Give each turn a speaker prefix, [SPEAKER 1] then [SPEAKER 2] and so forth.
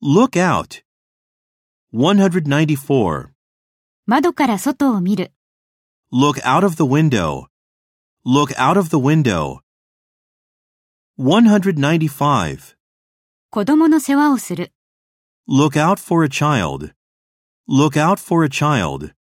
[SPEAKER 1] Look out. 194.
[SPEAKER 2] 窓から外を見る。
[SPEAKER 1] Look out of the window. Look out of the window. 195.
[SPEAKER 2] 子供の世話をする。
[SPEAKER 1] Look out for a child. Look out for a child.